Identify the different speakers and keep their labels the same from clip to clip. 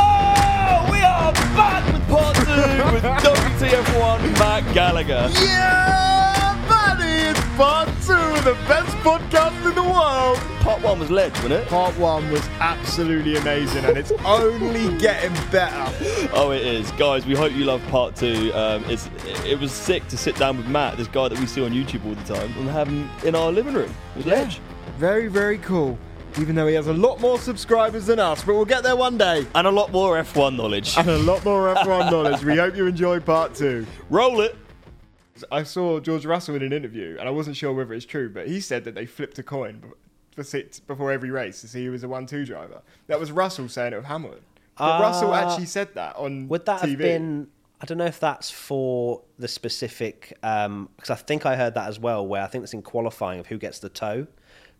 Speaker 1: Whoa! We are back with part two with WTF1 Matt Gallagher.
Speaker 2: Yeah, buddy, it's part two of the best podcast in the world.
Speaker 1: Part one was ledge, wasn't it?
Speaker 2: Part one was absolutely amazing, and it's only getting better.
Speaker 1: Oh, it is, guys. We hope you love part two. Um, it's it was sick to sit down with Matt, this guy that we see on YouTube all the time, and have him in our living room with ledge.
Speaker 2: Very, very cool. Even though he has a lot more subscribers than us, but we'll get there one day.
Speaker 1: And a lot more F1 knowledge.
Speaker 2: And a lot more F1 knowledge. We hope you enjoy part two.
Speaker 1: Roll it.
Speaker 2: I saw George Russell in an interview, and I wasn't sure whether it's true, but he said that they flipped a coin b- for six, before every race to see who was a one-two driver. That was Russell saying it of Hamilton. But Russell
Speaker 3: Ah.
Speaker 2: actually said that on
Speaker 3: Would that
Speaker 2: TV.
Speaker 3: have been? I don't know if that's for the specific because I think I heard that as well. Where I think it's in qualifying of who gets the toe.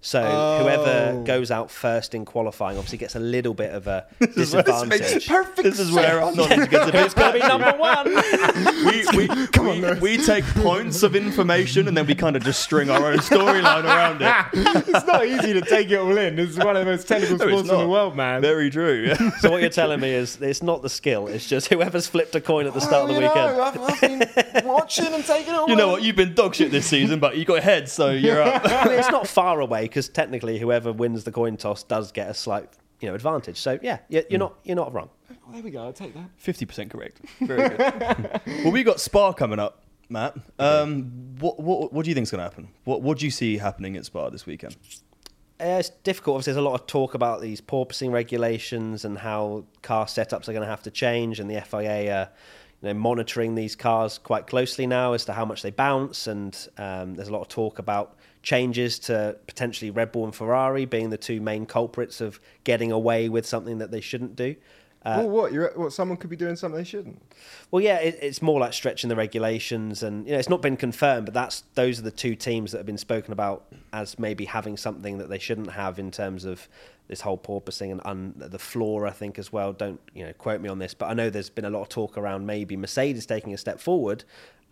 Speaker 3: So
Speaker 2: Oh.
Speaker 3: whoever goes out first in qualifying obviously gets a little bit of a disadvantage.
Speaker 2: perfect
Speaker 1: This is where our knowledge gets a bit. It's going to be number one. we we, we, we take points of information and then we kind of just string our own storyline around it.
Speaker 2: it's not easy to take it all in. It's one of the most technical
Speaker 1: No, it's
Speaker 2: sports in the
Speaker 1: not.
Speaker 2: world, man.
Speaker 1: Very true.
Speaker 3: so what you're telling me is it's not the skill; it's just whoever's flipped a coin at the start of the
Speaker 2: Well, Oh, you
Speaker 3: weekend.
Speaker 2: know, I've, I've been watching and taking it all
Speaker 1: You know
Speaker 2: in.
Speaker 1: what? You've been dog shit this season, but you got head, so you're up.
Speaker 3: I mean, it's not far away because technically, whoever wins the coin toss does get a slight, you know, advantage. So yeah, you're,
Speaker 2: Hmm.
Speaker 3: you're not you're not wrong.
Speaker 2: There we go. I'll take that.
Speaker 1: Fifty percent correct. Very good. well, we got Spa coming up, Matt. Um, what, what what do you think's going to happen? What what do you see happening at Spa this weekend?
Speaker 3: Uh, it's difficult. Obviously, there's a lot of talk about these porpoising regulations and how car setups are going to have to change, and the FIA are you know, monitoring these cars quite closely now as to how much they bounce. And um, there's a lot of talk about changes to potentially Red Bull and Ferrari being the two main culprits of getting away with something that they shouldn't do. Uh,
Speaker 2: well, what? You're, what? Someone could be doing something they shouldn't.
Speaker 3: Well, yeah, it, it's more like stretching the regulations, and you know, it's not been confirmed, but that's those are the two teams that have been spoken about as maybe having something that they shouldn't have in terms of this whole porpoising and un, the floor. I think as well. Don't you know? Quote me on this, but I know there's been a lot of talk around maybe Mercedes taking a step forward,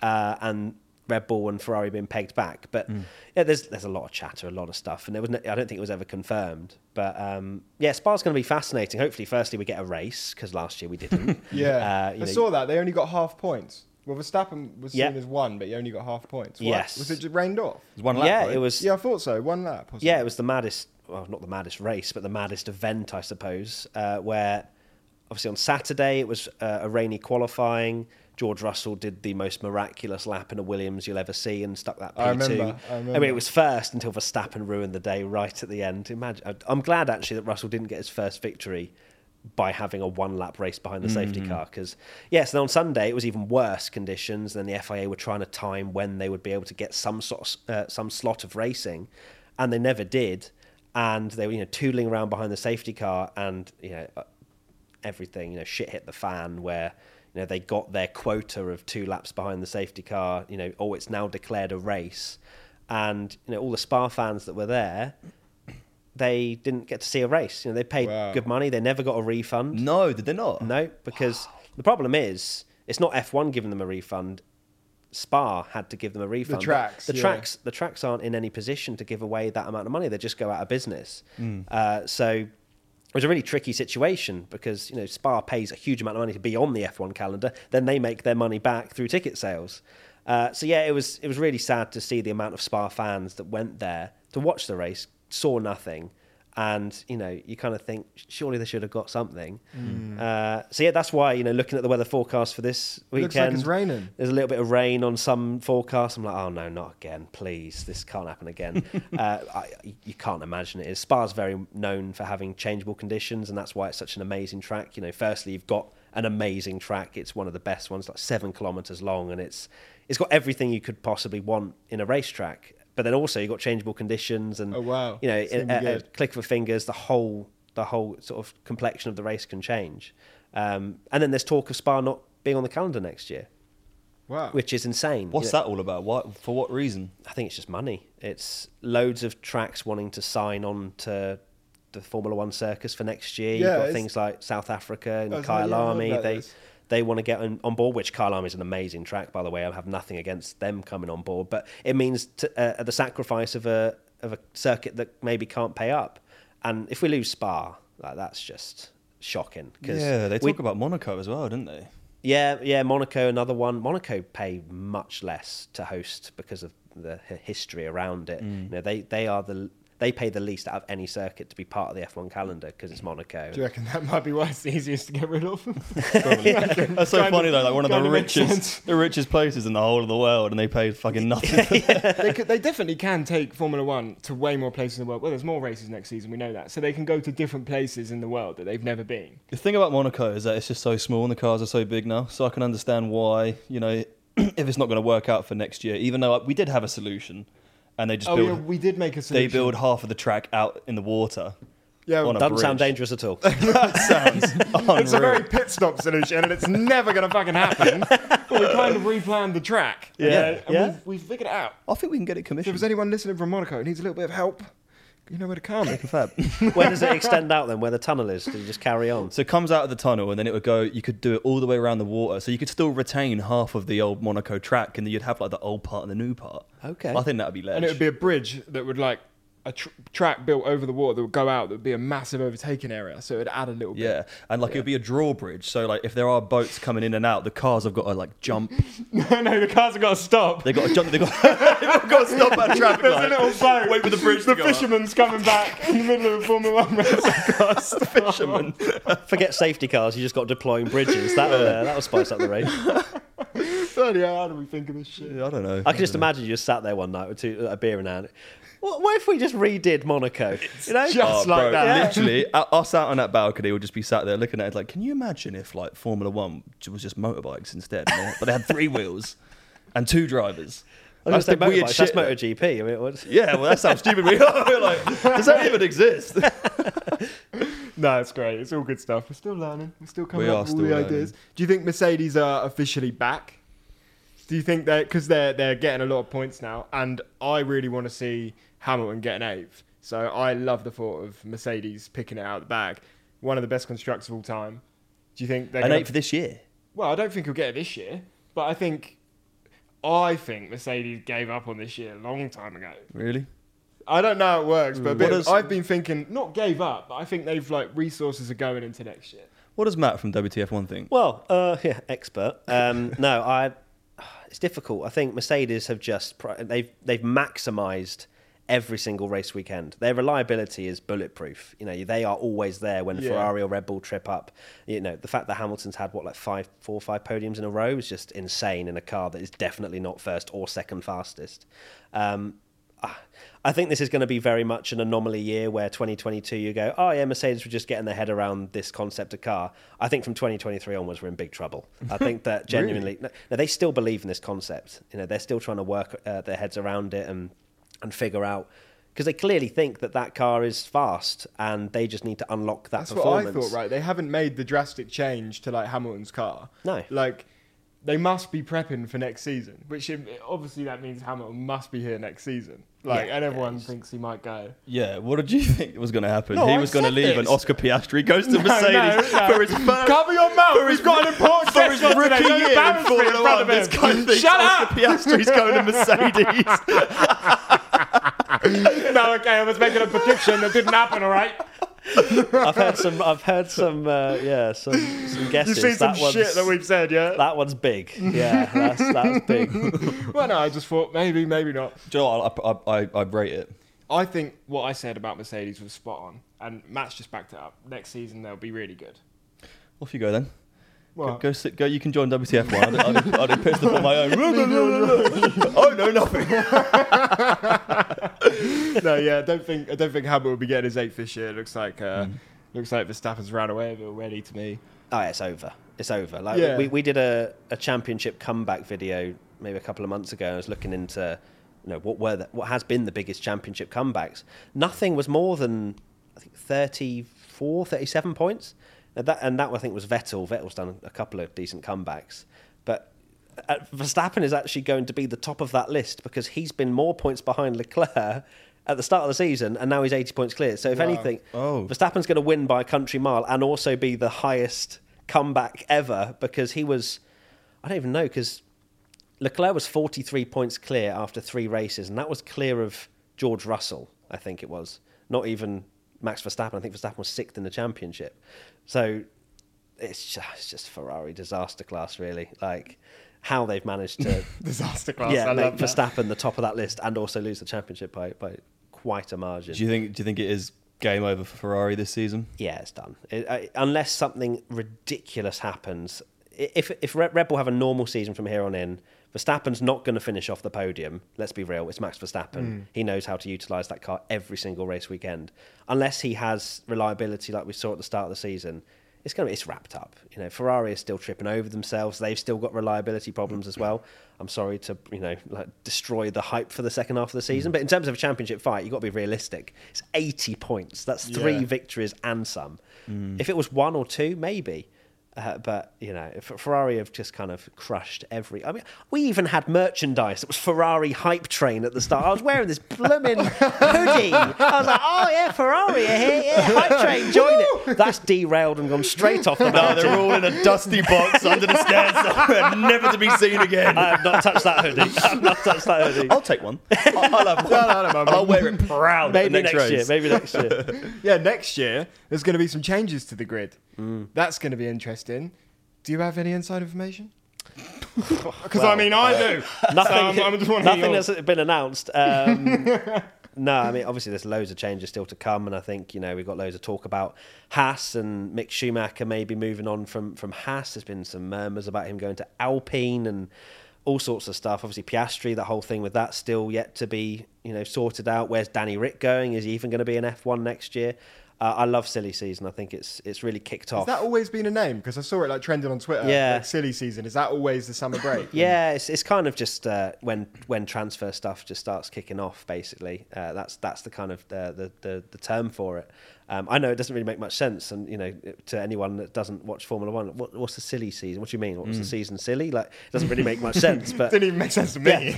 Speaker 3: uh, and Red Bull and Ferrari being pegged back. But
Speaker 2: Mm.
Speaker 3: yeah, there's there's a lot of chatter, a lot of stuff, and there was no, I don't think it was ever confirmed. But um, yeah, Spa's going to be fascinating. Hopefully, firstly we get a race because last year we didn't.
Speaker 2: Yeah,
Speaker 3: Uh,
Speaker 2: I
Speaker 3: you know,
Speaker 2: saw that. They only got half points. Well, Verstappen was
Speaker 3: Yeah.
Speaker 2: seen as one, but he only got half points. Why?
Speaker 3: Yes.
Speaker 2: Was it just rained off?
Speaker 1: There's one lap.
Speaker 3: yeah,
Speaker 1: right?
Speaker 3: it was.
Speaker 2: Yeah, I thought so. One lap. Or
Speaker 3: Yeah, it was the maddest. Well, not the maddest race, but the maddest event, I suppose. Uh, where obviously on Saturday it was uh, a rainy qualifying. George Russell did the most miraculous lap in a Williams you'll ever see and stuck that P2.
Speaker 2: I remember, I
Speaker 3: mean,
Speaker 2: remember.
Speaker 3: it was first until Verstappen ruined the day right at the end. Imagine. I- I'm glad actually that Russell didn't get his first victory by having a one lap race behind the safety
Speaker 2: Mm-hmm.
Speaker 3: car because yes then on sunday it was even worse conditions then the fia were trying to time when they would be able to get some sort of, uh, some slot of racing and they never did and they were you know tootling around behind the safety car and you know uh, everything you know shit hit the fan where you know they got their quota of two laps behind the safety car you know oh it's now declared a race and you know all the spa fans that were there they didn't get to see a race you know they paid
Speaker 2: Wow.
Speaker 3: good money they never got a refund
Speaker 1: No, did they not?
Speaker 3: no, because the problem is it's not F1 giving them a refund. Spa had to give them a refund.
Speaker 2: tracks,
Speaker 3: the
Speaker 2: yeah.
Speaker 3: tracks, the tracks aren't in any position to give away that amount of money. They just go out of business.
Speaker 2: Mm.
Speaker 3: Uh, so it was a really tricky situation because you know Spa pays a huge amount of money to be on the F1 calendar. Then they make their money back through ticket sales. Uh, so yeah, it was it was really sad to see the amount of Spa fans that went there to watch the race, saw nothing, And you know, you kind of think surely they should have got something. Uh, so yeah, that's why you know, looking at the weather forecast for this weekend,
Speaker 2: Mm. Looks like it's raining.
Speaker 3: There's a little bit of rain on some forecasts. I'm like, oh no, not again, please. This can't happen again. uh, I, you can't imagine it is. Spa's very known for having changeable conditions, and that's why it's such an amazing track. You know, firstly, you've got an amazing track. It's one of the best ones, like seven kilometers long, and it's it's got everything you could possibly want in a racetrack. But then also you've got changeable conditions, and
Speaker 2: Oh, wow.
Speaker 3: you know,
Speaker 2: It's gonna be
Speaker 3: a- a- a
Speaker 2: good.
Speaker 3: click of a fingers, the whole the whole sort of complexion of the race can change. Um, and then there's talk of Spa not being on the calendar next year
Speaker 2: Wow.
Speaker 3: which is insane.
Speaker 1: What's
Speaker 3: You know,
Speaker 1: that all about? What for? What reason?
Speaker 3: I think it's just money. It's loads of tracks wanting to sign on to the Formula One circus for next year.
Speaker 2: Yeah,
Speaker 3: You've got
Speaker 2: it's-
Speaker 3: things like South Africa
Speaker 2: I
Speaker 3: and
Speaker 2: was like,
Speaker 3: Kyle
Speaker 2: yeah, I heard
Speaker 3: Army.
Speaker 2: about
Speaker 3: They
Speaker 2: this.
Speaker 3: they want to get on, on board, which Kyle Army is an amazing track, by the way. I have nothing against them coming on board, but it means to, uh, at the sacrifice of a of a circuit that maybe can't pay up. And if we lose Spa, like that's just shocking. 'cause
Speaker 1: Yeah, they
Speaker 3: we-
Speaker 1: talk about Monaco as well, didn't they?
Speaker 3: yeah, yeah, Monaco, another one. Monaco pay much less to host because of the hi- history around it.
Speaker 2: Mm.
Speaker 3: You know, they they are the they pay the least out of any circuit to be part of the F1 calendar because it's Monaco.
Speaker 2: Do you reckon that might be why it's the easiest to get rid of?
Speaker 1: That's so
Speaker 2: Kinda-
Speaker 1: funny though. Like one of the
Speaker 2: kinda makes
Speaker 1: richest,
Speaker 2: sense.
Speaker 1: the richest places in the whole of the world, and they paid fucking nothing. for that.
Speaker 2: they, could, they definitely can take Formula One to way more places in the world. Well, there's more races next season, we know that. So they can go to different places in the world that they've never been.
Speaker 1: The thing about Monaco is that it's just so small and the cars are so big now, so I can understand why you know if it's not going to work out for next year. Even though we did have a solution, and they just
Speaker 2: Oh,
Speaker 1: build,
Speaker 2: yeah, we did make a
Speaker 1: they
Speaker 2: solution.
Speaker 1: build half of the track out in the water.
Speaker 2: Yeah,
Speaker 1: on a
Speaker 3: Doesn't sound
Speaker 1: bridge.
Speaker 3: dangerous at all.
Speaker 1: sounds unreal.
Speaker 2: It's a very pit stop solution, and it's never going to fucking happen. But we kind of replanned the track. Yeah, and
Speaker 3: Yeah.
Speaker 2: We've, we've figured it out.
Speaker 1: I think we can get it
Speaker 2: If
Speaker 1: commissioned.
Speaker 2: there's anyone listening from Monaco who needs a little bit of help, you know where to come.
Speaker 1: Fab.
Speaker 3: Where does it extend out then? Where the tunnel is? Do you just carry on?
Speaker 1: so it comes out of the tunnel, and then it would go. You could do it all the way around the water, so you could still retain half of the old Monaco track, and then you'd have like the old part and the new part.
Speaker 3: Okay.
Speaker 1: I think that would be ledge.
Speaker 2: and it would be a bridge that would like a tr- track built over the water that would go out. That would be a massive overtaking area. So it'd add a little
Speaker 1: Yeah, and like it would be a drawbridge. So like if there are boats coming in and out, the cars have got to like jump.
Speaker 2: bit. no, no, the cars have got to stop.
Speaker 1: They got to jump. They got, they've got to stop at a traffic
Speaker 2: There's
Speaker 1: light.
Speaker 2: a little boat.
Speaker 1: Wait for the bridge.
Speaker 2: The
Speaker 1: to
Speaker 2: fisherman's coming back in the middle of a Formula One race.
Speaker 1: Go up. the fisherman.
Speaker 3: Forget safety cars. You just got deploying bridges. That will uh, that will spice up the race.
Speaker 2: Bloody hell, how do we think of this shit?
Speaker 1: Yeah, I don't know.
Speaker 3: I can just imagine you just sat there one night with two, uh, a beer in hand. What, what if we just redid Monaco? you know,
Speaker 2: just like
Speaker 1: Oh, Bro,
Speaker 2: that. Yeah.
Speaker 1: literally, u- us out on that balcony would just be sat there looking at it like, can you imagine if like Formula One was just motorbikes instead? you know? But they had three wheels and two drivers.
Speaker 3: I was
Speaker 1: That's the
Speaker 3: going
Speaker 1: weird
Speaker 3: to say motorbikes,
Speaker 1: shit. that-
Speaker 3: That's MotoGP. I mean, what,
Speaker 1: Yeah, well, that's how stupid we are. We're like, does that even exist?
Speaker 2: No, it's great. It's all good stuff. We're still learning. We're still coming
Speaker 1: We
Speaker 2: up
Speaker 1: are
Speaker 2: with
Speaker 1: still
Speaker 2: all the
Speaker 1: learning.
Speaker 2: ideas. Do you think Mercedes are officially back? Do you think that because they're they're getting a lot of points now, and I really want to see Hamilton get an eighth. So I love the thought of Mercedes picking it out of the bag. One of the best constructors of all time. Do you think they're
Speaker 1: An
Speaker 2: gonna-
Speaker 1: eight for this year.
Speaker 2: Well, I don't think he'll get it this year, but I think I think Mercedes gave up on this year a long time ago.
Speaker 1: Really?
Speaker 2: I don't know how it works, but a bit-
Speaker 1: What is-
Speaker 2: I've been thinking not gave up, but I think they've like resources are going into next year.
Speaker 1: What does Matt from WTF1 think?
Speaker 3: Well, uh, yeah, expert. Um, no, I. It's difficult. I think Mercedes have just pri- they've they've maximised every single race weekend. Their reliability is bulletproof. You know, they are always there when
Speaker 2: Yeah.
Speaker 3: Ferrari or Red Bull trip up. You know, the fact that Hamilton's had what like five, four or five podiums in a row is just insane in a car that is definitely not first or second fastest. Um, ah, I think this is going to be very much an anomaly year where 2022 you go, oh yeah, Mercedes were just getting their head around this concept of car. I think from 2023 onwards we're in big trouble. I think that genuinely, no, no, they still believe in this concept. You know, they're still trying to work uh, their heads around it and and figure out because they clearly think that that car is fast and they just need to unlock that
Speaker 2: That's what
Speaker 3: performance.
Speaker 2: I thought, right? They haven't made the drastic change to like Hamilton's car.
Speaker 3: No.
Speaker 2: Like they must be prepping for next season, which im- obviously that means Hamilton must be here next season. Like, and everyone thinks he might go.
Speaker 1: Yeah, what did you think was going to happen?
Speaker 2: No,
Speaker 1: he
Speaker 2: I
Speaker 1: was going to
Speaker 2: said
Speaker 1: leave and
Speaker 2: this.
Speaker 1: Oscar Piastri goes to Mercedes
Speaker 2: no, no.
Speaker 1: for his first
Speaker 2: Cover your mouth. He's got an important
Speaker 1: for his
Speaker 2: guest on today.
Speaker 1: rookie
Speaker 2: Don't
Speaker 1: year in
Speaker 2: embarrass me in
Speaker 1: Formula One.
Speaker 2: front of
Speaker 1: This
Speaker 2: him.
Speaker 1: guy thinks
Speaker 2: Shut up.
Speaker 1: Oscar Piastri's going to Mercedes.
Speaker 2: no, okay, I was making a prediction that didn't happen. All right.
Speaker 3: I've heard some. I've heard some. Uh, yeah, some, some guesses.
Speaker 2: You've seen some
Speaker 3: that one's,
Speaker 2: shit that we've said, yeah.
Speaker 3: that one's big. Yeah, that's that's big.
Speaker 2: well, no, I just thought maybe, maybe not.
Speaker 1: Joe, I, I, I, I rate it.
Speaker 2: I think what I said about Mercedes was spot on, and Matt's just backed it up. Next season they'll be really good.
Speaker 1: Off you go then. Go,
Speaker 2: Well,
Speaker 1: go, sit, go. You can join WTF one. I did, I did pissed off on my own. oh no, nothing.
Speaker 2: no, yeah, I don't think I don't think Hamilton will be getting his eighth this year. It looks like uh,
Speaker 3: Mm.
Speaker 2: looks like Verstappen's ran away with it already to me.
Speaker 3: oh, yeah, it's over. It's over. Like
Speaker 2: Yeah.
Speaker 3: we, we did a, a championship comeback video maybe a couple of months ago. and I was looking into you know what were the, what has been the biggest championship comebacks. Nothing was more than I think 34, 37 points. And that and that I think was Vettel. Vettel's done a couple of decent comebacks, but uh, Verstappen is actually going to be the top of that list because he's been more points behind Leclerc at the start of the season, and now he's 80 points clear. So if anything,
Speaker 1: Oh.
Speaker 3: Verstappen's going to win by a country mile and also be the highest comeback ever because he was, I don't even know, because Leclerc was 43 points clear after three races, and that was clear of George Russell, I think it was. Not even Max Verstappen. I think Verstappen was sixth in the championship. So it's just, it's just Ferrari disaster class, really. Like how they've managed to
Speaker 2: Disaster class.
Speaker 3: yeah,
Speaker 2: I
Speaker 3: make
Speaker 2: love that.
Speaker 3: Verstappen the top of that list and also lose the championship by, by quite a margin.
Speaker 1: Do you think? Do you think it is game over for Ferrari this season?
Speaker 3: yeah, it's done. It, I, unless something ridiculous happens, I- if if Red, Red Bull have a normal season from here on in, Verstappen's not going to finish off the podium. Let's be real, it's Max Verstappen. He knows how to utilize that car every single race weekend. Unless he has reliability like we saw at the start of the season, it's going to it's wrapped up. You know, Ferrari is still tripping over themselves. They've still got reliability problems as well. I'm sorry to you know like destroy the hype for the second half of the season, but in terms of a championship fight, you've got to be realistic. It's 80 points. That's three
Speaker 2: Yeah.
Speaker 3: victories and some. If it was one or two, maybe. Uh, but you know, F- Ferrari have just kind of crushed every. I mean, we even had merchandise. It was Ferrari hype train at the start. I was wearing this blooming hoodie. I was like, "Oh yeah, Ferrari are here, yeah, hype train, join it." That's derailed and gone straight off the
Speaker 1: No,
Speaker 3: mountain.
Speaker 1: they're all in a dusty box under the stairs somewhere, never to be seen again.
Speaker 3: I have not touched that hoodie. I have not touched that hoodie.
Speaker 1: I'll take one. I'll, I'll have one. I'll wear it proud. at
Speaker 3: Maybe
Speaker 1: the
Speaker 3: next,
Speaker 1: race.
Speaker 3: year. Maybe next year.
Speaker 2: Yeah, next year there's going to be some changes to the grid.
Speaker 3: Mm.
Speaker 2: That's going to be interesting. Do you have any inside information? Because I mean, I do.
Speaker 3: uh, Nothing.
Speaker 2: So I'm- I'm just wanting
Speaker 3: nothing
Speaker 2: yours.
Speaker 3: has been announced. Um, no, I mean obviously there's loads of changes still to come, and I think you know we've got loads of talk about Haas and Mick Schumacher maybe moving on from from Haas. There's been some murmurs about him going to Alpine and all sorts of stuff. Obviously Piastri, that whole thing with that still yet to be you know sorted out. Where's Danny Rick going? Is he even going to be in F1 next year? Uh, I love silly season. I think it's it's really kicked off.
Speaker 2: Has that always been a name? Because I saw it like trending on Twitter.
Speaker 3: Yeah.
Speaker 2: Like, silly season. Is that always the summer break?
Speaker 3: Yeah, it's, it's kind of just uh, when when transfer stuff just starts kicking off. Basically, uh, that's that's the kind of uh, the, the the term for it. Um, I know it doesn't really make much sense, and you know, to anyone that doesn't watch Formula One, what, what's the silly season? What do you mean? What was the season silly? Like, it doesn't really make much sense.
Speaker 2: Mm.
Speaker 3: But
Speaker 2: Didn't even make sense to me.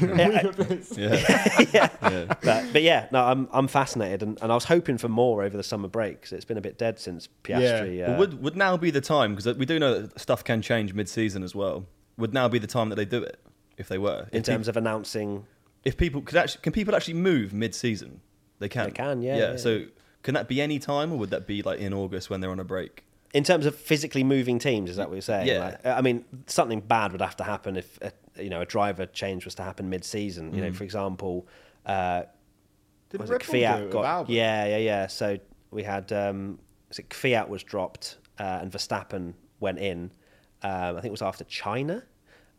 Speaker 3: yeah, yeah, but, but yeah, no, I'm I'm fascinated, and, and I was hoping for more over the summer break because it's been a bit dead since Piastri.
Speaker 2: Yeah.
Speaker 3: Uh,
Speaker 1: But would would now be the time because we do know that stuff can change mid-season as well. Would now be the time that they do it if they were
Speaker 3: in
Speaker 1: if peop-
Speaker 3: terms of announcing
Speaker 1: if people could actually can people actually move mid-season? They can.
Speaker 3: They can, yeah, yeah.
Speaker 1: So can that be any time, or would that be like in August when they're on a break?
Speaker 3: in terms of physically moving teams, is that what you're saying?
Speaker 1: Yeah.
Speaker 3: Like, I mean, something bad would have to happen if a, you know a driver change was to happen mid-season. You know, for example, uh,
Speaker 2: Did
Speaker 3: was
Speaker 2: Red
Speaker 3: it
Speaker 2: Bull do it
Speaker 3: Fiat
Speaker 2: with
Speaker 3: got?
Speaker 2: Albon?
Speaker 3: Yeah, yeah, yeah. So we had um, was it Fiat was dropped uh, and Verstappen went in. Um, I think it was after China,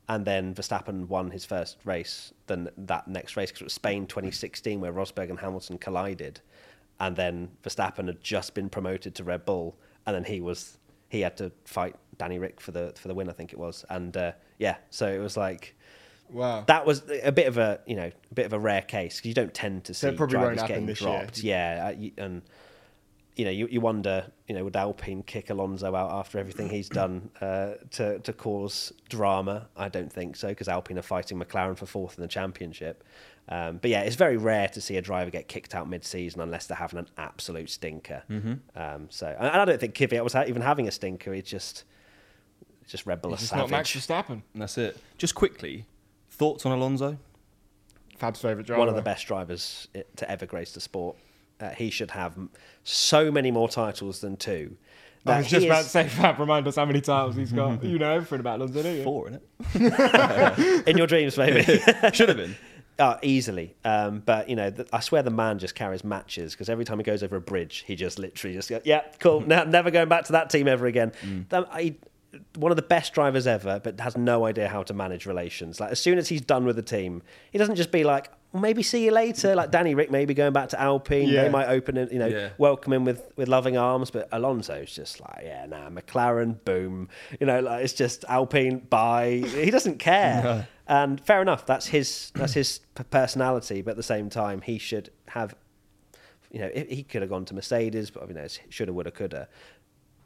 Speaker 3: and then Verstappen won his first race. Then that next race because it was Spain 2016 where Rosberg and Hamilton collided, and then Verstappen had just been promoted to Red Bull, and then he was he had to fight Danny Rick for the for the win. I think it was, and uh, yeah, so it was like
Speaker 2: Wow.
Speaker 3: that was a bit of a you know a bit of a rare case because you don't tend to see
Speaker 2: it probably
Speaker 3: drivers
Speaker 2: won't happen
Speaker 3: getting
Speaker 2: this
Speaker 3: dropped. Yeah, uh, you- and you know you, you wonder you know would Alpine kick Alonso out after everything he's done uh, to to cause drama? I don't think so because Alpine are fighting McLaren for fourth in the championship. Um, but yeah, it's very rare to see a driver get kicked out mid-season unless they're having an absolute stinker.
Speaker 2: Mm-hmm.
Speaker 3: Um, so, and and I don't think Kvyat was ha- even having a stinker. He just, just Red Bull are
Speaker 2: It's
Speaker 3: savage.
Speaker 2: not Max Verstappen.
Speaker 1: And that's it. Just quickly, thoughts on Alonso?
Speaker 2: Fab's favourite driver.
Speaker 3: one of the best drivers i- to ever grace the sport. Uh, he should have m- so many more titles than two.
Speaker 2: I was
Speaker 3: That
Speaker 2: just
Speaker 3: he
Speaker 2: about
Speaker 3: is-
Speaker 2: to say, Fab, remind us how many titles he's got. you know everything about London, do you?
Speaker 1: Four in it.
Speaker 3: in your dreams, maybe.
Speaker 1: Should have been.
Speaker 3: Uh, easily, um, but you know, the, I swear the man just carries matches because every time he goes over a bridge, he just literally just goes, "Yeah, cool,
Speaker 2: Mm.
Speaker 3: now never going back to that team ever again." That- I- one of the best drivers ever, but has no idea how to manage relations. Like as soon as he's done with the team, he doesn't just be like, well, "Maybe see you later." Like Danny Rick, maybe going back to Alpine,
Speaker 2: Yeah.
Speaker 3: they might open it, you know,
Speaker 1: Yeah.
Speaker 3: welcome him with with loving arms. But Alonso's just like, "Yeah, nah, McLaren, boom," you know, like it's just Alpine, bye. He doesn't care. And fair enough, that's his that's his p- personality. But at the same time, he should have you know, he he could have gone to Mercedes, but you know, shoulda, woulda, coulda.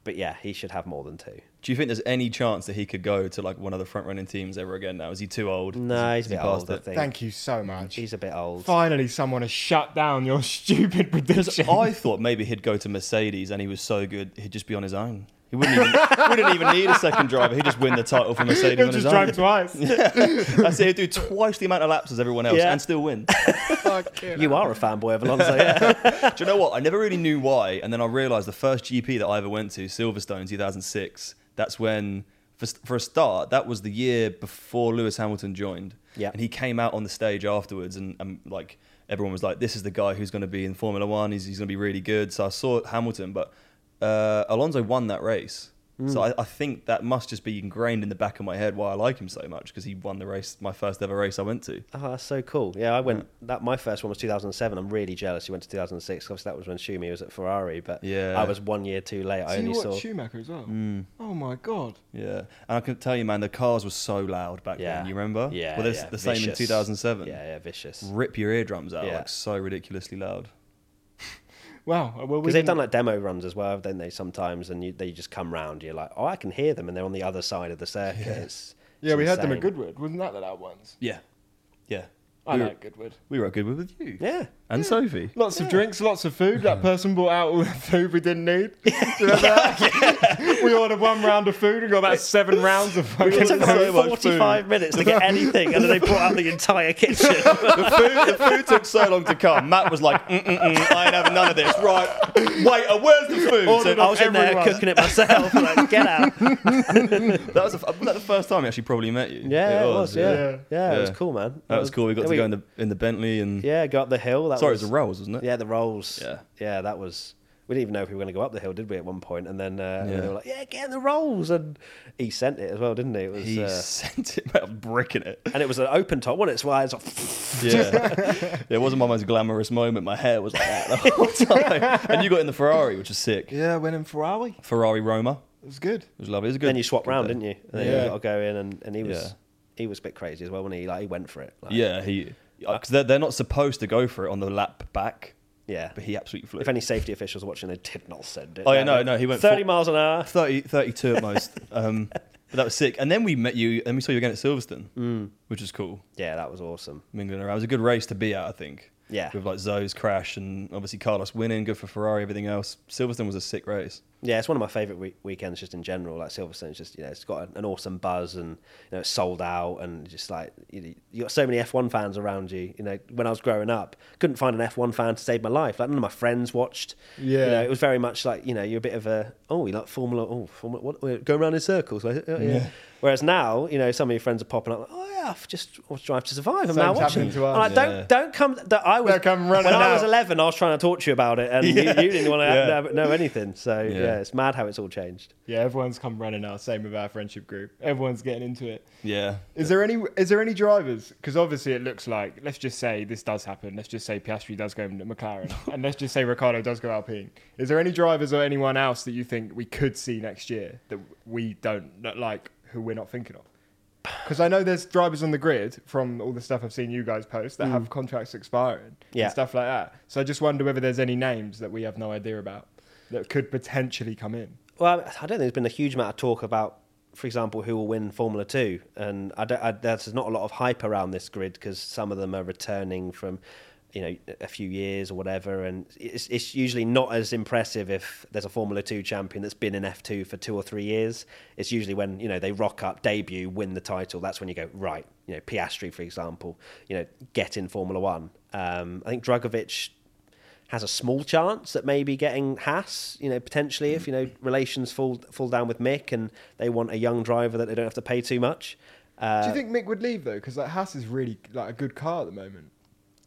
Speaker 3: But yeah, he should have more than two.
Speaker 1: Do you think there's any chance that he could go to like one of the front running teams ever again? Now is he too old?
Speaker 3: No,
Speaker 1: Has
Speaker 3: he's a
Speaker 1: he
Speaker 3: bit
Speaker 1: passed
Speaker 3: old. I
Speaker 1: it?
Speaker 3: think.
Speaker 2: Thank you so much.
Speaker 3: He's a bit old.
Speaker 2: Finally, someone has shut down your stupid prediction.
Speaker 1: I thought maybe he'd go to Mercedes and he was so good he'd just be on his own. He wouldn't even, wouldn't even need a second driver. He'd just win the title for Mercedes
Speaker 2: He'll
Speaker 1: on his
Speaker 2: just
Speaker 1: own.
Speaker 2: drive twice.
Speaker 1: That's it. He'd do twice the amount of laps as everyone else
Speaker 3: Yeah.
Speaker 1: and still win.
Speaker 2: Fucking
Speaker 3: You are a fanboy of Alonso. Yeah.
Speaker 1: Do you know what? I never really knew why, and then I realised the first GP that I ever went to, Silverstone, 2006. That's when, for, for a start, that was the year before Lewis Hamilton joined.
Speaker 3: Yeah.
Speaker 1: and he came out on the stage afterwards, and, and like everyone was like, "This is the guy who's going to be in Formula One. He's, he's going to be really good." So I saw Hamilton, but uh, Alonso won that race. So I, I think that must just be ingrained in the back of my head why I like him so much because he won the race, my first ever race I went to.
Speaker 3: oh, that's so cool. Yeah, I went. That my first one was 2007. I'm really jealous. You went to 2006. Obviously, that was when Schumi was at Ferrari. But
Speaker 1: Yeah.
Speaker 3: I was one year too late. I
Speaker 2: So you
Speaker 3: only
Speaker 2: watched
Speaker 3: saw. Hmm.
Speaker 2: Schumacher as well. Oh my god.
Speaker 1: Yeah, and I can tell you, man, the cars were so loud back
Speaker 3: Yeah.
Speaker 1: then. You remember?
Speaker 3: Yeah.
Speaker 1: Well, they're s-
Speaker 3: yeah,
Speaker 1: the same
Speaker 3: vicious.
Speaker 1: in 2007.
Speaker 3: Yeah, yeah, vicious.
Speaker 1: Rip your eardrums out,
Speaker 3: Yeah.
Speaker 1: like so ridiculously loud.
Speaker 2: Wow. Well, we
Speaker 3: Because they've
Speaker 2: didn't-
Speaker 3: done like demo runs as well, don't they? Sometimes, and you, they just come round. You're like, oh, I can hear them, and they're on the other side of the circuit. It's-
Speaker 2: Yeah,
Speaker 3: it's
Speaker 2: we had them at
Speaker 3: insane.
Speaker 2: Goodwood. Wasn't that the loud ones?
Speaker 1: Yeah, yeah.
Speaker 2: I
Speaker 1: we, were,
Speaker 2: like Goodwood.
Speaker 1: we were at Goodwood with you.
Speaker 3: Yeah.
Speaker 1: and Sophie.
Speaker 2: Lots of drinks, lots of food. That person brought out all the food we didn't need. Do you remember that? we ordered one round of food and got about seven rounds of food.
Speaker 3: It took them 45 minutes to get anything, and then they brought out the entire kitchen.
Speaker 1: the, food, the food took so long to come. Matt was like, Mm-mm-mm, "I ain't having none of this." Right, waiter, where's the food?
Speaker 3: So I was in there
Speaker 2: everyone.
Speaker 3: cooking it myself. Like, get out.
Speaker 1: that was, the, f- was that the first time I actually probably met you.
Speaker 3: Yeah, it was. Yeah. Yeah, it was
Speaker 1: Yeah.
Speaker 3: cool, man.
Speaker 1: That was cool. We got
Speaker 3: yeah,
Speaker 1: to go in the in the Bentley and
Speaker 3: Yeah, go up the hill. That
Speaker 1: sorry,
Speaker 3: was,
Speaker 1: it was the Rolls, wasn't it?
Speaker 3: Yeah, the rolls.
Speaker 1: Yeah.
Speaker 3: yeah, that was. We didn't even know if we were going to go up the hill, did we? At one point, and then uh,
Speaker 1: Yeah.
Speaker 3: they were like, "Yeah, get in the rolls," and he sent it as well, didn't he? It was,
Speaker 1: He
Speaker 3: uh,
Speaker 1: sent it out, bricking it.
Speaker 3: and it was an open top one. It's why it's like,
Speaker 1: Yeah. it wasn't my most glamorous moment. My hair was like that the whole time. And you got in the Ferrari, which is sick.
Speaker 2: Yeah, went in Ferrari. It
Speaker 1: Ferrari Roma.
Speaker 2: was good.
Speaker 1: It was lovely. It was a good.
Speaker 3: then you swap
Speaker 1: good
Speaker 3: round,
Speaker 1: day.
Speaker 3: didn't you? And then
Speaker 2: Yeah.
Speaker 3: you got to go in, and, and he was
Speaker 1: Yeah.
Speaker 3: he was a bit crazy as well, wasn't he? Like he went for it. Like,
Speaker 1: Yeah, he because they're, they're not supposed to go for it on the lap back,
Speaker 3: yeah.
Speaker 1: but he absolutely flew.
Speaker 3: if any safety officials are watching, they did not send it.
Speaker 1: Oh, yeah,
Speaker 3: Like,
Speaker 1: no, no, he went
Speaker 3: thirty
Speaker 1: for-
Speaker 3: miles an hour.
Speaker 1: 30, 32 at most. um, but that was sick. And then we met you, and we saw you again at Silverstone,
Speaker 3: Mm.
Speaker 1: which was cool.
Speaker 3: Yeah, that was awesome.
Speaker 1: Mingling around. It was a good race to be at, I think.
Speaker 3: Yeah.
Speaker 1: With like Zoe's crash and obviously Carlos winning, good for Ferrari, everything else. Silverstone was a sick race.
Speaker 3: Yeah, it's one of my favorite we- weekends just in general. Like Silverstone's just you know it's got an, an awesome buzz and you know it's sold out and just like you, know, you got so many F1 fans around you. You know when I was growing up, couldn't find an F1 fan to save my life. Like none of my friends watched.
Speaker 2: Yeah.
Speaker 3: you know it was very much like you know you're a bit of a oh you like Formula oh Formula what we're going around in circles. Like, oh, yeah. Whereas now you know some of your friends are popping up. Like, oh yeah, I've just watched Drive to Survive. I'm now
Speaker 2: Same's
Speaker 3: watching.
Speaker 2: happening to us.
Speaker 3: I'm like,
Speaker 1: Yeah.
Speaker 3: don't don't come. Don't, I was
Speaker 2: Don't come
Speaker 3: when
Speaker 2: running
Speaker 3: I was
Speaker 2: out.
Speaker 3: 11, I was trying to talk to you about it, and
Speaker 1: Yeah.
Speaker 3: you, you didn't want to
Speaker 1: Yeah.
Speaker 3: know, know anything. So yeah.
Speaker 1: Yeah.
Speaker 3: it's mad how it's all changed.
Speaker 2: Yeah, everyone's come running now. Same with our friendship group. Everyone's getting into it.
Speaker 1: Yeah.
Speaker 2: Is there any is there any drivers? Because obviously it looks like let's just say this does happen. Let's just say Piastri does go into McLaren, and let's just say Ricardo does go Alpine. Is there any drivers or anyone else that you think we could see next year that we don't that, like who we're not thinking of? Because I know there's drivers on the grid from all the stuff I've seen you guys post that have contracts expiring
Speaker 3: Yeah.
Speaker 2: and stuff like that. So I just wonder whether there's any names that we have no idea about that could potentially come in.
Speaker 3: Well, I don't think there's been a huge amount of talk about, for example, who will win Formula Two, and I don't, I, there's not a lot of hype around this grid because some of them are returning from, you know, a few years or whatever, and it's, it's usually not as impressive if there's a Formula Two champion that's been in F2 for two or three years. It's usually when you know they rock up, debut, win the title. That's when you go right. You know, Piastri, for example, you know, get in Formula One. Um, I think Dragovic has a small chance at maybe getting Haas, you know, potentially
Speaker 2: Mm-hmm.
Speaker 3: if, you know, relations fall fall down with Mick and they want a young driver that they don't have to pay too much.
Speaker 2: Do you think Mick would leave though? Because like Haas is really like a good car at the moment.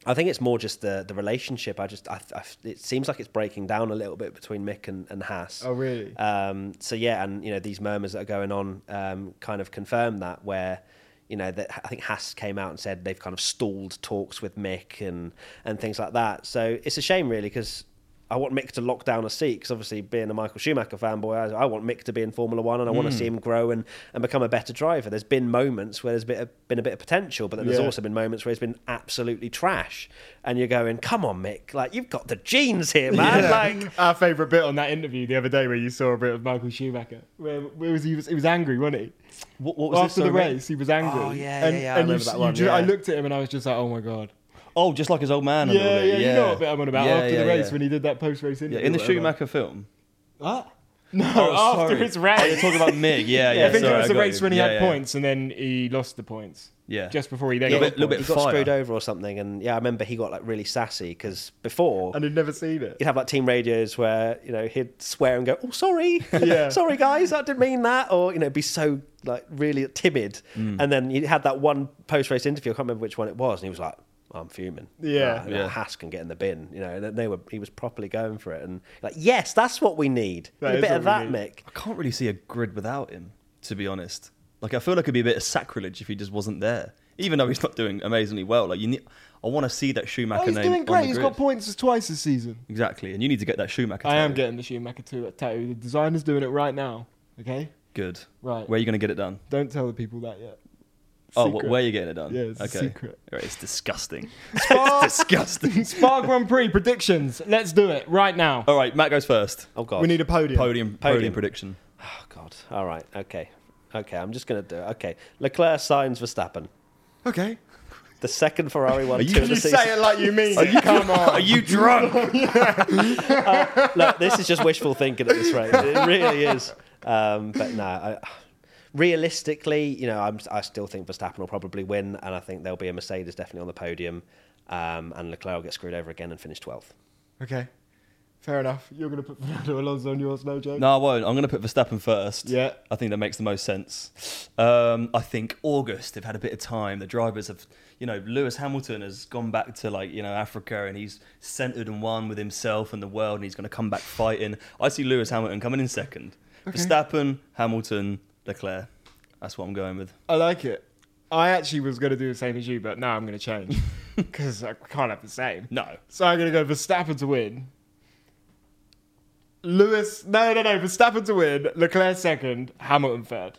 Speaker 3: I think it's more just the the relationship. I just I, I, it seems like it's breaking down a little bit between Mick and, and Haas.
Speaker 2: Oh, really?
Speaker 3: Um, so yeah, and you know these murmurs that are going on um, kind of confirm that. Where you know that I think Haas came out and said they've kind of stalled talks with Mick and and things like that. So it's a shame really because. I want Mick to lock down a seat because obviously, being a Michael Schumacher fanboy, I, I want Mick to be in Formula One and I
Speaker 2: Hmm.
Speaker 3: want to see him grow and, and become a better driver. There's been moments where there's been a, been a bit of potential, but then there's
Speaker 2: Yeah.
Speaker 3: also been moments where he's been absolutely trash. And you're going, come on, Mick, like you've got the genes here, man. Like,
Speaker 2: Our favourite bit on that interview the other day where you saw a bit of Michael Schumacher, where, where was he, was he was angry, wasn't he?
Speaker 3: what, what was this,
Speaker 2: After the
Speaker 3: sorry, Mick?
Speaker 2: race, he was angry.
Speaker 3: Oh, yeah,
Speaker 2: and,
Speaker 3: yeah, yeah, I
Speaker 2: and you,
Speaker 3: remember that
Speaker 2: s- you
Speaker 3: one,
Speaker 2: ju- I
Speaker 3: yeah.
Speaker 2: looked at him and I was just like, oh my god.
Speaker 1: Oh, just like his old man. a little
Speaker 2: yeah, yeah,
Speaker 1: bit.
Speaker 2: you know what bit I'm on about
Speaker 1: Yeah,
Speaker 2: after
Speaker 1: yeah,
Speaker 2: the race
Speaker 1: yeah.
Speaker 2: when he did that post-race interview.
Speaker 1: Yeah, in the
Speaker 2: or whatever.
Speaker 1: Schumacher film.
Speaker 2: What? No,
Speaker 1: Oh, sorry.
Speaker 2: after his race.
Speaker 1: Oh, you're talking about Mick. Yeah, yeah.
Speaker 2: I think
Speaker 1: sorry,
Speaker 2: it was the
Speaker 1: got
Speaker 2: race
Speaker 1: you.
Speaker 2: when he
Speaker 1: Yeah,
Speaker 2: had
Speaker 1: yeah.
Speaker 2: points and then he lost the points.
Speaker 1: Yeah.
Speaker 2: Just before he then
Speaker 1: Little
Speaker 2: got
Speaker 1: bit- little
Speaker 3: he
Speaker 1: bit
Speaker 3: got
Speaker 1: fire.
Speaker 3: screwed over or something. And yeah, I remember he got like really sassy because before
Speaker 2: And he'd never seen it.
Speaker 3: you'd have like team radios where you know he'd swear and go, "Oh, sorry,
Speaker 2: Yeah.
Speaker 3: sorry guys, I didn't mean that," or you know, be so like really timid.
Speaker 1: Mm.
Speaker 3: And then you had that one post-race interview. I can't remember which one it was, and he was like. I'm fuming.
Speaker 2: Yeah.
Speaker 3: Ah, you know,
Speaker 1: Yeah.
Speaker 3: Haas can get in the bin, you know. And they were, he was properly going for it, and like, yes, that's what we need.
Speaker 2: That
Speaker 3: Need a
Speaker 2: is
Speaker 3: bit of
Speaker 2: what
Speaker 3: that,
Speaker 2: we need.
Speaker 3: Mick.
Speaker 1: I can't really see a grid without him, to be honest. Like I feel like it'd be a bit of sacrilege if he just wasn't there, even though he's not doing amazingly well. Like you need, I want to see that Schumacher
Speaker 2: Oh, he's
Speaker 1: name.
Speaker 2: doing
Speaker 1: on
Speaker 2: great.
Speaker 1: The
Speaker 2: He's
Speaker 1: grid.
Speaker 2: got points twice this season.
Speaker 1: Exactly, and you need to get that Schumacher.
Speaker 2: I am
Speaker 1: tattoo.
Speaker 2: getting the Schumacher two tattoo. The designer's doing it right now. Okay,
Speaker 1: good.
Speaker 2: Right.
Speaker 1: Where are you going to get it done?
Speaker 2: don't tell the people that yet.
Speaker 1: Oh,
Speaker 2: Secret.
Speaker 1: wh- where are you getting it done?
Speaker 2: Yeah, it's a
Speaker 1: okay.
Speaker 2: secret.
Speaker 1: Right, it's disgusting.
Speaker 2: Spa,
Speaker 1: disgusting.
Speaker 2: Spa Grand Prix predictions. Let's do it right now.
Speaker 1: All right, Matt goes first.
Speaker 3: Oh God,
Speaker 2: We need a podium.
Speaker 1: Podium, podium,
Speaker 3: Podium.
Speaker 1: prediction.
Speaker 3: Oh God. All right. Okay. Okay. I'm just gonna do it. Okay. Leclerc signs Verstappen.
Speaker 2: Okay.
Speaker 3: The second Ferrari one.
Speaker 1: Are you-
Speaker 3: two of
Speaker 2: You
Speaker 3: the season.
Speaker 2: say it like you mean it. Come
Speaker 1: Are
Speaker 2: on.
Speaker 1: you drunk?
Speaker 3: Look, this is just wishful thinking at this rate. It really is. Um, but no, I, realistically, you know, I'm, I still think Verstappen will probably win, and I think there'll be a Mercedes definitely on the podium, um, and Leclerc will get screwed over again and finish 12th.
Speaker 2: Okay. Fair enough. You're gonna put Fernando Alonso on yours, no joke.
Speaker 1: no, I won't. I'm going to put Verstappen first.
Speaker 2: Yeah.
Speaker 1: I think that makes the most sense. Um, I think August, they've had a bit of time. The drivers have, you know, Lewis Hamilton has gone back to like, you know, Africa and he's centered and one with himself and the world and he's going to come back fighting. I see Lewis Hamilton coming in second. Verstappen, Hamilton, Leclerc. That's what I'm going with.
Speaker 2: I like it. I actually was gonna do the same as you, but now I'm gonna change because I can't have the same.
Speaker 1: No.
Speaker 2: So I'm gonna go Verstappen to win. Lewis, no, no, no. Verstappen to win. Leclerc second. Hamilton third.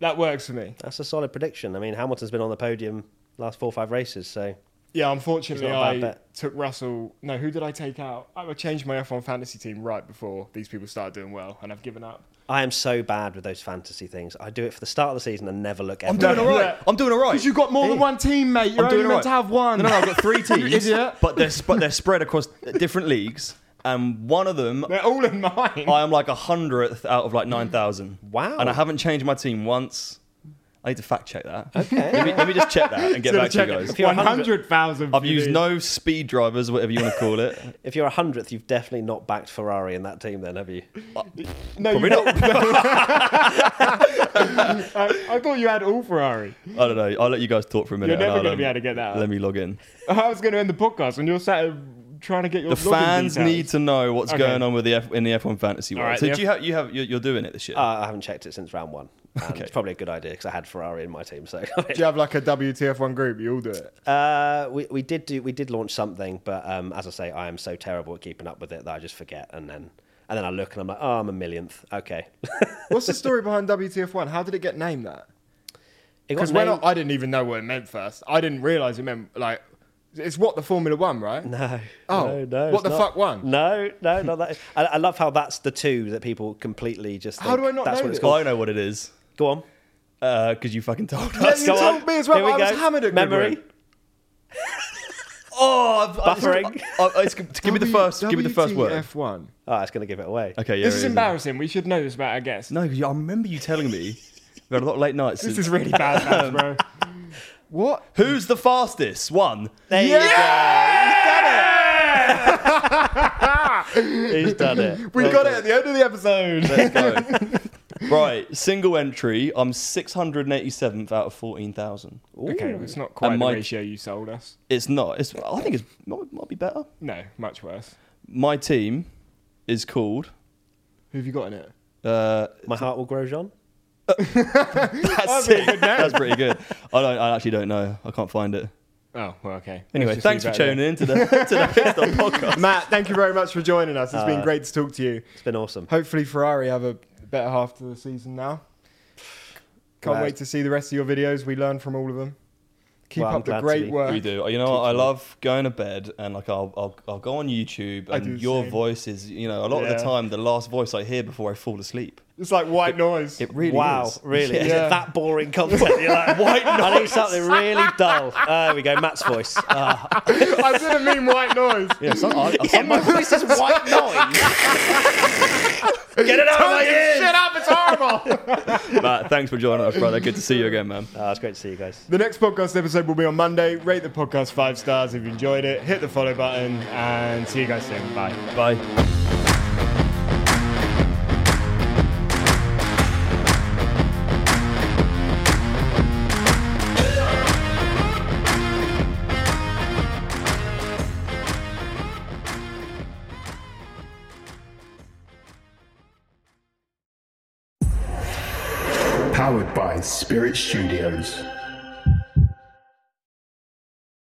Speaker 2: That works for me.
Speaker 3: That's a solid prediction. I mean, Hamilton's been on the podium last four or five races, so
Speaker 2: Yeah, unfortunately,
Speaker 3: It's not a bad
Speaker 2: I
Speaker 3: bet.
Speaker 2: took Russell. No, who did I take out? I changed my F1 fantasy team right before these people started doing well, and I've given up.
Speaker 3: I am so bad with those fantasy things. I do it for the start of the season and never look ever.
Speaker 1: I'm doing
Speaker 3: again.
Speaker 1: all right.
Speaker 2: Yeah.
Speaker 1: I'm doing all right.
Speaker 2: Because you've got more than
Speaker 1: Hey.
Speaker 2: one team, mate. You're
Speaker 1: I'm
Speaker 2: only
Speaker 1: doing
Speaker 2: meant
Speaker 1: all
Speaker 2: to
Speaker 1: right.
Speaker 2: have one.
Speaker 1: No, no, I've got three
Speaker 2: You
Speaker 1: teams,
Speaker 2: idiot.
Speaker 1: but they're sp- they're spread across different leagues, and one of them
Speaker 2: They're all in mine.
Speaker 1: I am like a hundredth out of like nine thousand.
Speaker 3: Wow.
Speaker 1: And I haven't changed my team once. I need to fact check that. Okay. let, me, let me just check that and get
Speaker 2: So
Speaker 1: back to you
Speaker 2: check
Speaker 1: guys.
Speaker 2: it. 100,000.
Speaker 1: I've
Speaker 2: you
Speaker 1: used
Speaker 2: need.
Speaker 1: no speed drivers, whatever you want to call it.
Speaker 3: If you're a hundredth, you've definitely not backed Ferrari in that team, then have you?
Speaker 2: No,
Speaker 1: Probably
Speaker 2: you
Speaker 1: not.
Speaker 2: I, I thought you had all Ferrari.
Speaker 1: I don't know. I'll let you guys talk for a minute.
Speaker 2: You're
Speaker 1: and
Speaker 2: never
Speaker 1: I'll,
Speaker 2: gonna
Speaker 1: um,
Speaker 2: be able to get that out.
Speaker 1: Let me log in.
Speaker 2: I was going to end the podcast, and you're sat here trying to get your
Speaker 1: The
Speaker 2: login
Speaker 1: fans
Speaker 2: details.
Speaker 1: need to know what's
Speaker 2: Okay.
Speaker 1: going on with the F- in the F1 fantasy world.
Speaker 2: right,
Speaker 1: so
Speaker 2: the
Speaker 1: do you have you have you're, you're doing it this year?
Speaker 3: Uh, I haven't checked it since round one. And It's probably a good idea because I had Ferrari in my team. So
Speaker 2: Do you have like a WTF1 group? You all do it.
Speaker 3: uh, we, we did do we did launch something, but um, as I say, I am so terrible at keeping up with it that I just forget, and then and then I look and I'm like, oh, I'm a millionth. Okay,
Speaker 2: What's the story behind WTF1? How did it get named that?
Speaker 3: It got
Speaker 2: Because when I,
Speaker 3: named-
Speaker 2: I didn't even know what it meant first, I didn't realize it meant like it's what the Formula One, right?
Speaker 3: No.
Speaker 2: Oh,
Speaker 3: no, no,
Speaker 2: what
Speaker 3: it's
Speaker 2: the
Speaker 3: not.
Speaker 2: fuck one?
Speaker 3: No, no, not that. I, I love how that's the two that people completely just. Think
Speaker 2: How do I not
Speaker 3: That's
Speaker 2: know
Speaker 3: what it's
Speaker 2: this?
Speaker 3: called.
Speaker 1: I know what it is
Speaker 3: Go on.
Speaker 1: because you fucking told us.
Speaker 2: you
Speaker 3: Go
Speaker 2: told
Speaker 3: on.
Speaker 2: me as well,
Speaker 3: Here we
Speaker 2: but I
Speaker 3: go.
Speaker 2: was hammered at
Speaker 3: memory.
Speaker 2: Goodwood.
Speaker 1: Oh, I've, I've-
Speaker 3: Buffering.
Speaker 1: I- I- it's- give me the first. Give me the first word.
Speaker 2: WTF1.
Speaker 3: Oh, it's going to give it away.
Speaker 1: Okay, yeah.
Speaker 2: This
Speaker 1: it
Speaker 2: is embarrassing. We should know this about our guests.
Speaker 1: No, 'cause you- I remember you telling me we had a lot of late nights.
Speaker 2: This
Speaker 1: since-
Speaker 2: is really bad, maths, bro. What?
Speaker 1: Who's the fastest? One.
Speaker 3: There you go. He's done it. He's done it.
Speaker 2: We got it at the end of the episode.
Speaker 1: Let's go. Right, single entry. I'm 687th out of 14,000.
Speaker 2: Okay, it's not quite
Speaker 1: And
Speaker 2: the
Speaker 1: my-
Speaker 2: ratio you sold us.
Speaker 1: It's not. It's. I think it's might, might be better.
Speaker 2: No, much worse.
Speaker 1: My team is called.
Speaker 2: Who have you got in it?
Speaker 1: Uh,
Speaker 3: My heart will grow, Jean.
Speaker 1: that's
Speaker 2: That'd be a
Speaker 1: sick.
Speaker 2: good name.
Speaker 1: That's pretty good. I don't. I actually don't know. I can't find it.
Speaker 2: Oh, well, okay.
Speaker 1: Anyway,
Speaker 2: Let's just
Speaker 1: thanks for
Speaker 2: leave that there.
Speaker 1: tuning in to the to the Pit Stop podcast.
Speaker 2: Matt, thank you very much for joining us. It's been great to talk to you.
Speaker 3: It's been awesome.
Speaker 2: Hopefully, Ferrari have a better half to the season now. Can't
Speaker 3: Glad.
Speaker 2: wait to see the rest of your videos. We learn from all of them. Keep
Speaker 3: Well, I'm
Speaker 2: up the
Speaker 3: glad to
Speaker 2: great
Speaker 3: be-
Speaker 2: work.
Speaker 1: We do. You know, what? I love going to bed and like I'll I'll, I'll go on YouTube
Speaker 2: I do
Speaker 1: and
Speaker 2: the
Speaker 1: your
Speaker 2: same.
Speaker 1: voice is you know a lot of
Speaker 2: Yeah.
Speaker 1: the time the last voice I hear before I fall asleep.
Speaker 2: It's like white noise.
Speaker 1: It really
Speaker 3: wow,
Speaker 1: is.
Speaker 3: really? Is
Speaker 2: Yeah.
Speaker 3: it that boring content? You're like, White I need something really dull. There we go, Matt's voice. Ah.
Speaker 2: I didn't mean white noise.
Speaker 1: Yeah, some, I,
Speaker 3: yeah,
Speaker 1: some,
Speaker 3: my voice is white noise. Get it out of my ears.
Speaker 2: Shut up, it's horrible.
Speaker 1: Matt, thanks for joining us, brother. Good to see you again, man.
Speaker 3: Ah, it's great to see you guys.
Speaker 2: the next podcast episode will be on Monday. Rate the podcast five stars if you enjoyed it. Hit the follow button and see you guys soon. Bye.
Speaker 1: Bye.
Speaker 4: Powered by Spirit Studios.